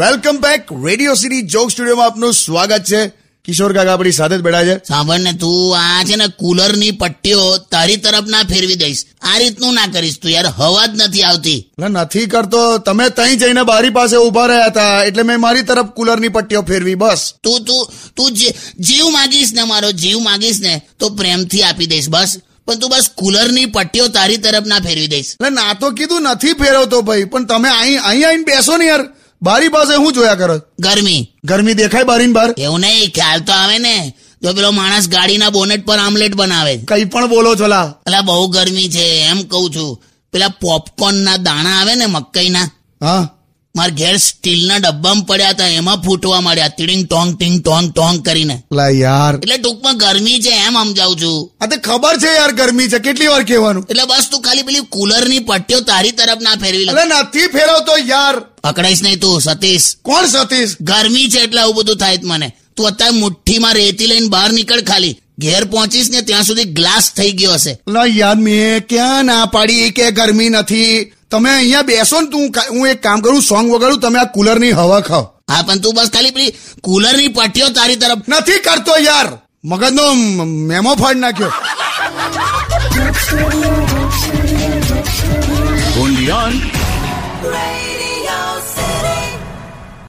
Welcome back radio city joke સ્ટુડિયોમાં આપનું સ્વાગત છે કિશોર કાકા આપણી સાથે જ બેઠા છે સાંભળ ને તું આ છે ને કુલર ની પટ્ટીઓ તારી તરફ ના ફેરવી દઈશ આ રીતનું ના કરીશ તું યાર હવા જ નથી આવતી એટલે નથી કરતો તમે ત્યાં જઈને બારી પાસે ઉભા રહ્યા હતા એટલે મેં મારી તરફ કુલરની પટ્ટીઓ ફેરવી બસ તું તું તું જે- જીવ માગીશ ને મારો જીવ માગીશ ને તો પ્રેમથી આપી દઈશ બસ પણ તું બસ કુલરની પટ્ટીઓ તારી તરફ ના ફેરવી દઈશ એટલે ના તો કીધું નથી ફેરવતો ભાઈ પણ તમે અહીં અહીં આવીને બેસો ને યાર બારી પાસે હું જોયા કરો ગરમી ગરમી દેખાય બારીન બહાર એવું નહીં ખ્યાલ તો આવે ને જો પેલો માણસ ગાડીના બોનેટ પર આમલેટ બનાવે કઈ પણ બોલો છો લા પેલા બહુ ગરમી છે એમ કહું છું પેલા પોપકોર્ન ના દાણા આવે ને મકઈના હા મારા ઘેર સ્ટીલના ડબ્બામાં પડ્યા હતા એમાં ફૂટવા માંડ્યા ટીડિંગ ટોંગ ટીંગ ટોંગ ટોંગ કરીને લા યાર એટલે ટૂંકમાં ગરમી છે એમ સમજાવું છું આ તો ખબર છે યાર ગરમી છે કેટલી વાર કહેવાનું એટલે બસ તું ખાલી પેલી કુલરની પટ્ટીઓ તારી તરફ ના ફેરવી લે. એટલે નથી ફેરવતો યાર પકડાઈશ નહીં તું સતીશ કોણ સતીશ ગરમી છે એટલે આવું બધું થાય જ મને તું અત્યારે મુઠ્ઠીમાં રેતી લઈને બહાર નીકળ ખાલી ઘેર પહોંચીશ ને ત્યાં સુધી ગ્લાસ થઈ ગયો હશે લા યાર મેં ક્યાં ના પાડી કે ગરમી નથી તમે અહીંયા બેસો ને તું કા- હું એક કામ કરું સોંગ વગાડું તમે આ કુલરની હવા ખાઓ હા પણ તું બસ ખાલી પેલી કુલરની પટ્ટીઓ તારી તરફ નથી કરતો યાર મગજનો મ- મેમો ફાડ નાખ્યો Undian. Radio